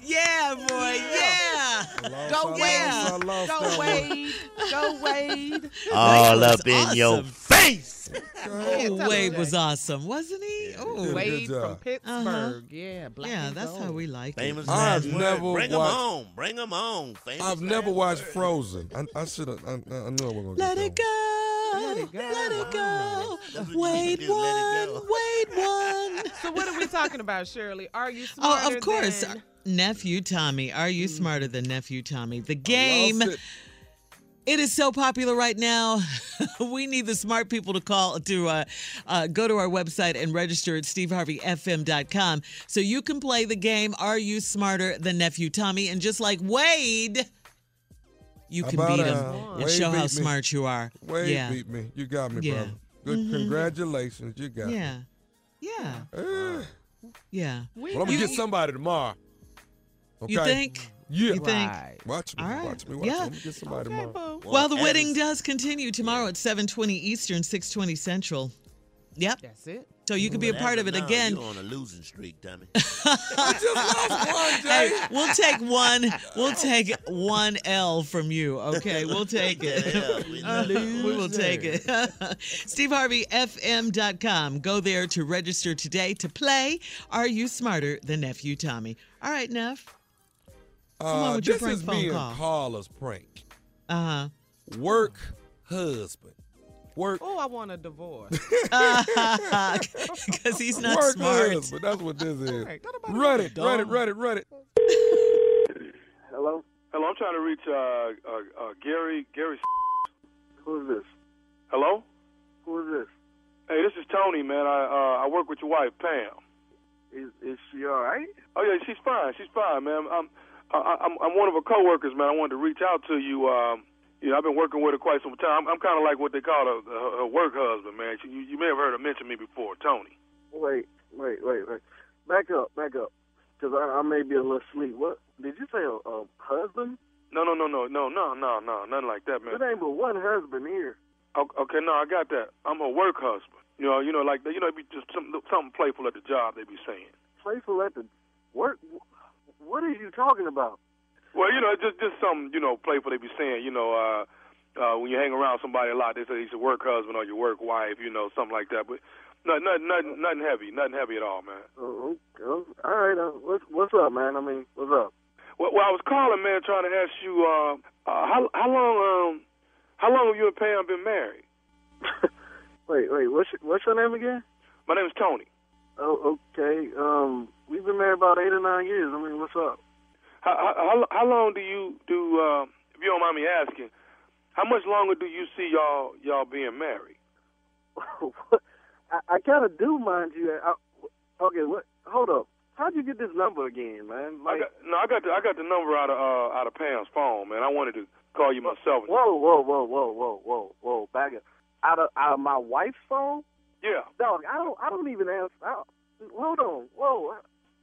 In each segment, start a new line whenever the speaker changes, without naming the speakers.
Yeah, boy. Yeah.
Go
I
Wade.
lost,
Go Wade. Go Wade.
All
That
up
was
in your
awesome.
face.
Yeah, tell
Oh, Wade
him
was
that.
awesome, wasn't he?
did a
Oh,
good
Wade from
job.
Pittsburgh.
Uh-huh.
Yeah. Black
yeah.
and
That's how
gold.
we like
Famous
it.
last
I've
word.
never watched-
Bring them home. Bring them home. Famous
I've never
last
watched
word.
Frozen. I, I should have. I, I knew I wasn't gonna get
Let
that
it go.
Let it go.
Let it go.
That's what you
Wade
do, let it
one.
go.
Wade one.
So what are we talking about, Shirley? Are you smarter
Oh, of course.
than-
Nephew Tommy, are you smarter than Nephew Tommy? The
one.
game,
Lost it.
it is so popular right now. we need the smart people to call to uh, uh, go to our website and register at steveharveyfm.com so you can play the game. Are you smarter than Nephew Tommy? And just like Wade, you can
About,
beat him
uh,
and
Wade
show how
beat me.
smart you are.
Wade
yeah.
beat me. You got me,
Yeah. Mm-hmm.
brother. Good. Congratulations. You got me.
yeah. Yeah.
Eh.
Yeah.
We
Well, I'm
know.
gonna get somebody tomorrow. Okay.
You think?
Yeah.
You think?
Right.
Watch me.
All right.
Watch me. Watch me.
Yeah.
I'm gonna get somebody
Okay,
tomorrow.
boo.
Well, the
Well,
wedding
Addis-
does continue tomorrow at 7:20 Eastern, 6:20 Central. Yep.
That's it.
So you can be a
Well,
part
as
of it
now,
again.
You're on a losing streak, Tommy.
Hey, we'll take one. We'll take one L from you. Okay, we'll take
Yeah,
it.
we
Uh,
know.
we will take it. SteveHarveyFM.com. Go there to register today to play. Are you smarter than nephew Tommy? All right, Neff. Come on
Uh,
with your
this
prank
is
phone
me and
call.
Carla's prank.
Uh huh.
Work husband. Work.
Oh, I want a divorce.
Because he's not
work
smart.
husband. That's what this is.
Right, that about
Run it. Run it.
dumb.
Run it. Run it.
Hello. Hello, I'm trying to reach uh, uh, uh, Gary. Gary. Who is this? Hello. Who is this? Hey, this is Tony, man. I uh, I work with your wife, Pam. Is is she all right? Oh yeah, she's fine. She's fine, man. I'm I, I'm I'm one of her coworkers, man. I wanted to reach out to you. Um, you know, I've been working with her quite some time. I'm, I'm kind of like what they call a, a, a work husband, man. You, you may have heard her mention me before, Tony.
Wait, wait, wait, wait. Back up, back up. Because I, I may be a little sleep. What? Did you say a, a husband?
No, no, no, no, no, no, no, no, nothing like that, man.
There ain't but one husband here.
O- Okay, no, I got that. I'm her work husband. You know, you know, like you know, it'd be just some, something playful at the job. They be saying.
Playful at the work. What are you talking about?
Well, you know, just just something you know playful. They be saying, you know, uh, uh, when you hang around somebody a lot, they say he's your work husband or your work wife, you know, something like that. But no, nothing, nothing, nothing heavy, nothing heavy at all, man.
Oh, okay. All right. Uh, what's what's up, man? I mean, what's up?
Well, well I was calling, man, trying to ask you, uh, uh, how how long, um, how long have you and Pam been married?
Wait, wait. What's your, what's your name again?
My name's Tony.
Oh, okay. Um, we've been married about eight or nine years. I mean, what's up?
How how, how long do you do? Uh, if you don't mind me asking, how much longer do you see y'all y'all being married?
I, I gotta do, mind you. I, okay. What? Hold up. How'd you get this number again, man?
I got, no, I got the I got the number out of uh, out of Pam's phone, man. I wanted to call you myself.
Whoa, whoa, whoa, whoa, whoa, whoa, whoa, back up. Out of out of my wife's phone?
Yeah,
Dog, I don't I don't even answer I, hold on. Whoa.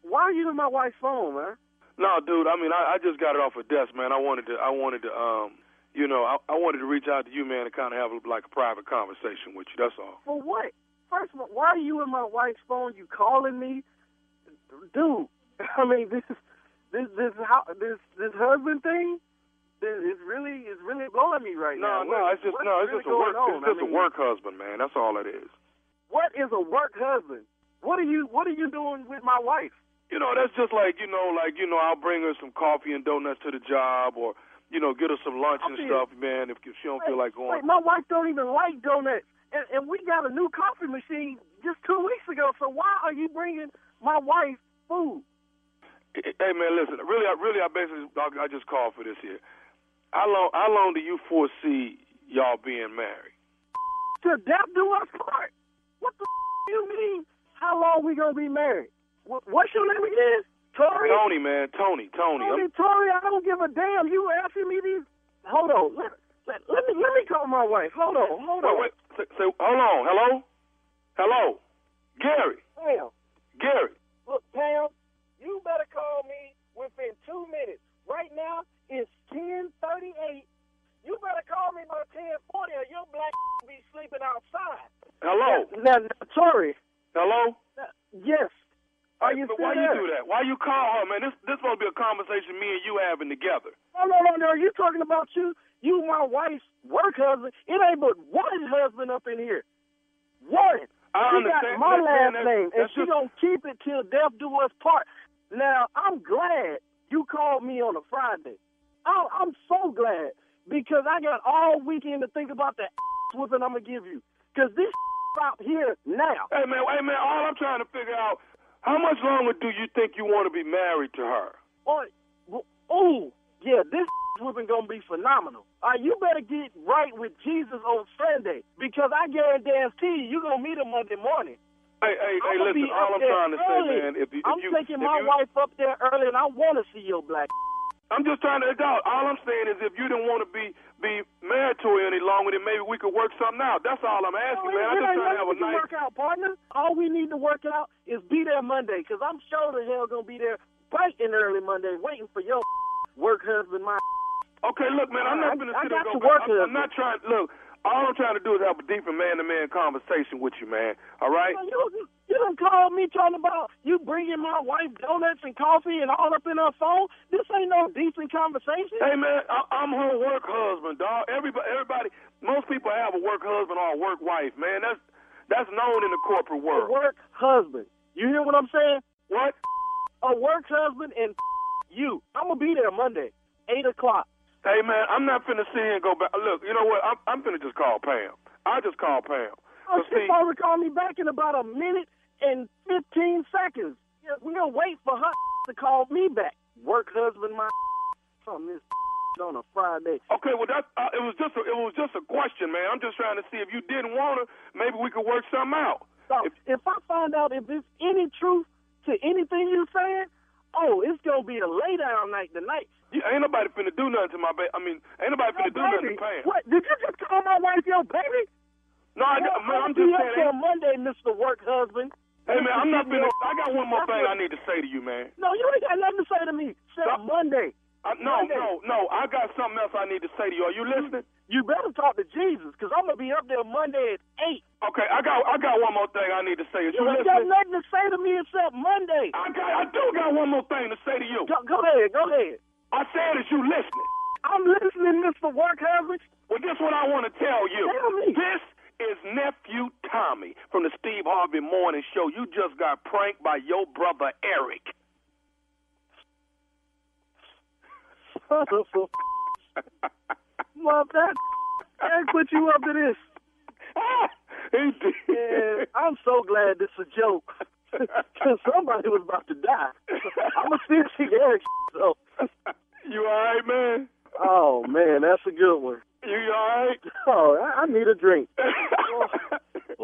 Why are you in my wife's phone, man?
no, dude. I mean, I, I just got it off her desk, man. I wanted to I wanted to um, you know, I, I wanted to reach out to you, man, and kind of have like a private conversation with you. That's all.
For what? First of all, why are you in my wife's phone? You calling me? Dude, I mean this is this this how this this husband thing? This is really is really blowing me right now.
No, no,
What-
it's just
what's
no, it's
really
just a work,
going
it's
on?
just
I
a
mean,
work husband, man. That's all it is.
What is a work husband? What are you what are you doing with my wife?
You know, that's just like you know, like you know, I'll bring her some coffee and donuts to the job, or you know, get her some lunch and
Coffee?
stuff, man. If, if she don't feel like going,
Wait, my wife don't even like donuts, and, and we got a new coffee machine just two weeks ago. So why are you bringing my wife food?
Hey man, listen. Really, I really, I basically, I, I just called for this here. How long? How long do you foresee y'all being married?
To death do us part. What the f- you mean? How long we gonna be married? What, what's your name again? Tori.
Tony, man, Tony, Tony.
Tori,
I'm-
Tori. I don't give a damn. You asking me these? Hold on. Let, let, let me let me call my wife. Hold on. Hold
wait,
on.
wait. Say, say, hold on. Hello, hello, Gary,
Damn.
Gary.
Look, Pam, you better call me within two minutes. Right now, it's 1038. You better call me by 1040 or your black be sleeping outside.
Hello,
Now, now, Tori,
hello.
now- yes.
Are
you
but
still
why you
there?
do that? Why you call her, man? This this supposed to be a conversation me and you having together.
No, no, no, no. You talking about you? You my wife's work husband? It ain't but one husband up in here. One.
I
she
understand.
got my
That's-
last
that's-
name, and
that's
she
just-
don't keep it till death do us part. Now I'm glad you called me on a Friday. I, I'm so glad because I got all weekend to think about the whooping I'm gonna give you. Cause this out here now.
Hey man, hey man, all I'm trying to figure out how much longer do you think you want to be married to her?
Or, oh, yeah, this whooping gonna be phenomenal. Uh, you better get right with Jesus on Sunday because I guarantee you, you gonna meet him Monday morning.
Hey, hey, hey,
I'ma
listen,
be
all
up
I'm
there
trying to say,
early.
man, if you if
I'm
you
taking
if
my
you,
wife up there early, and I want to see your black.
I'm just trying to doubt. All I'm saying is, if you didn't want to be be married to her any longer, then maybe we could work something out. That's all I'm asking,
it,
man. I'm
it
just trying
ain't
to
nothing
have
we
a
can
nice.
work out, partner. All we need to work out is be there Monday because I'm sure the hell gonna be there bright and early Monday, waiting for your work husband. My
Okay, look, man, I'm
I-
not gonna
I
sit
got
and go
to
back.
work
I'm, I'm
here.
not trying. Look, all I'm trying to do is have a deeper man-to-man conversation with you, man. All right?
you you done called me talking about you bringing my wife donuts and coffee and all up in her phone. This ain't no decent conversation.
Hey, man, I, I'm her work husband, dog. Everybody, everybody, most people have a work husband or a work wife, man. That's that's known in the corporate
A
world.
work husband. You hear what I'm saying?
What?
A work husband and you. I'm gonna be there Monday, eight o'clock.
Hey man, I'm not finna sit here and go back. Look, you know what? I'm I'm finna just call Pam. I just call Pam.
Oh,
'Cause see,
she's supposed to call me back in about a minute and 15 seconds. Yeah, We're going to wait for her to call me back. Work husband, my from this on a Friday.
okay, well that uh, it was just a, it was just a question, man. I'm just trying to see if you didn't want her, maybe we could work something out.
So
If-
if I find out if there's any truth to anything you're saying, oh, it's going to be a lay down night tonight.
You, ain't nobody finna do nothing to my baby. I mean, ain't nobody
Your
finna do nothing
baby.
to Pam.
What? Did you just call my wife your baby?
No, I,
Well,
man,
I'll
I'm
be
just
up
saying.
till Monday, Mr. Work Husband.
Hey man, I'm not
Mr.
finna. I got one more
That's
thing I
what-
need to say to you, man.
No, you ain't got nothing to say to me. Said
Stop.
Monday.
I, Uh, no,
Monday.
no, no. I got something else I need to say to you. Are you listening?
You better talk to Jesus, because I'm going to be up there Monday at 8.
Okay, I got I got one more thing I need to say. Is you
You ain't got
listening?
nothing to say to me except Monday.
I got I do got one more thing to say to you.
Go, go ahead, go ahead.
I said, is you listening?
I'm listening, Mr. Work Husband.
Well, this what I want to tell you.
Tell me.
This is nephew Tommy from the Steve Harvey Morning Show. You just got pranked by your brother Eric.
Son of a Mother, that Eric put you up to this.
he did.
And I'm so glad this is a joke. Because somebody was about to die. I'm a snitching Eric. So.
You all right, man?
Oh, man, that's a good one.
You all right?
Oh, I, I need a drink.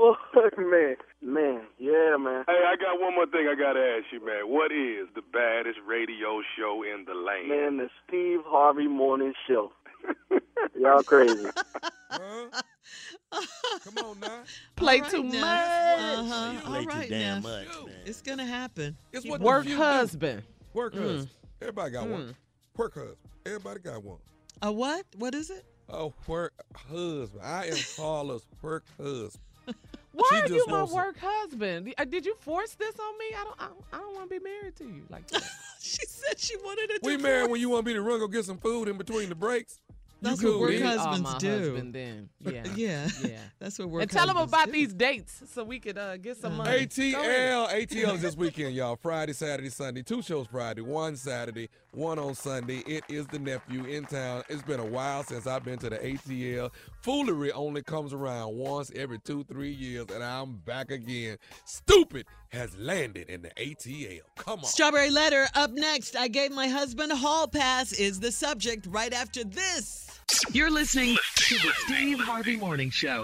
Oh, man. Man, yeah, man.
hey, I got one more thing I got to ask you, man. What is the baddest radio show in the land?
Man, the Steve Harvey Morning Show. Y'all crazy.
Huh? Come on now.
Play
All right
too
now.
much.
Uh-huh.
You
All
play
right
too damn
now.
much,
Yo.
man.
It's gonna happen.
It's what the
Work Mm.
few do.
husband.
Work husband. Everybody got one.
Mm.
Work husband. Everybody got one.
A what? What is it?
Oh, work husband. I am Paula's work husband.
Why
She
are you
just
my
wants it.
work husband? Uh, Did you force this on me? I don't. I don't, I don't want to be married to you like that.
She said she wanted to.
We
do
married when you want me to run go get some food in between the breaks.
That's
You
what
cool,
work
then.
You are
husbands
my
do.
husband then. Yeah.
Yeah.
Yeah.
That's what work
and tell them
husbands
about
do.
these dates so we could uh, get
Uh-huh.
some money. Go ahead.
ATL, ATL is this weekend, y'all. Friday, Saturday, Sunday. Two shows Friday, one Saturday, one on Sunday. It is the nephew in town. It's been a while since I've been to the ATL. Foolery only comes around once every two, three years, and I'm back again. Stupid has landed in the ATL. Come on.
Strawberry letter up next. I gave my husband a hall pass is the subject right after this.
You're listening to the Steve Harvey Morning Show.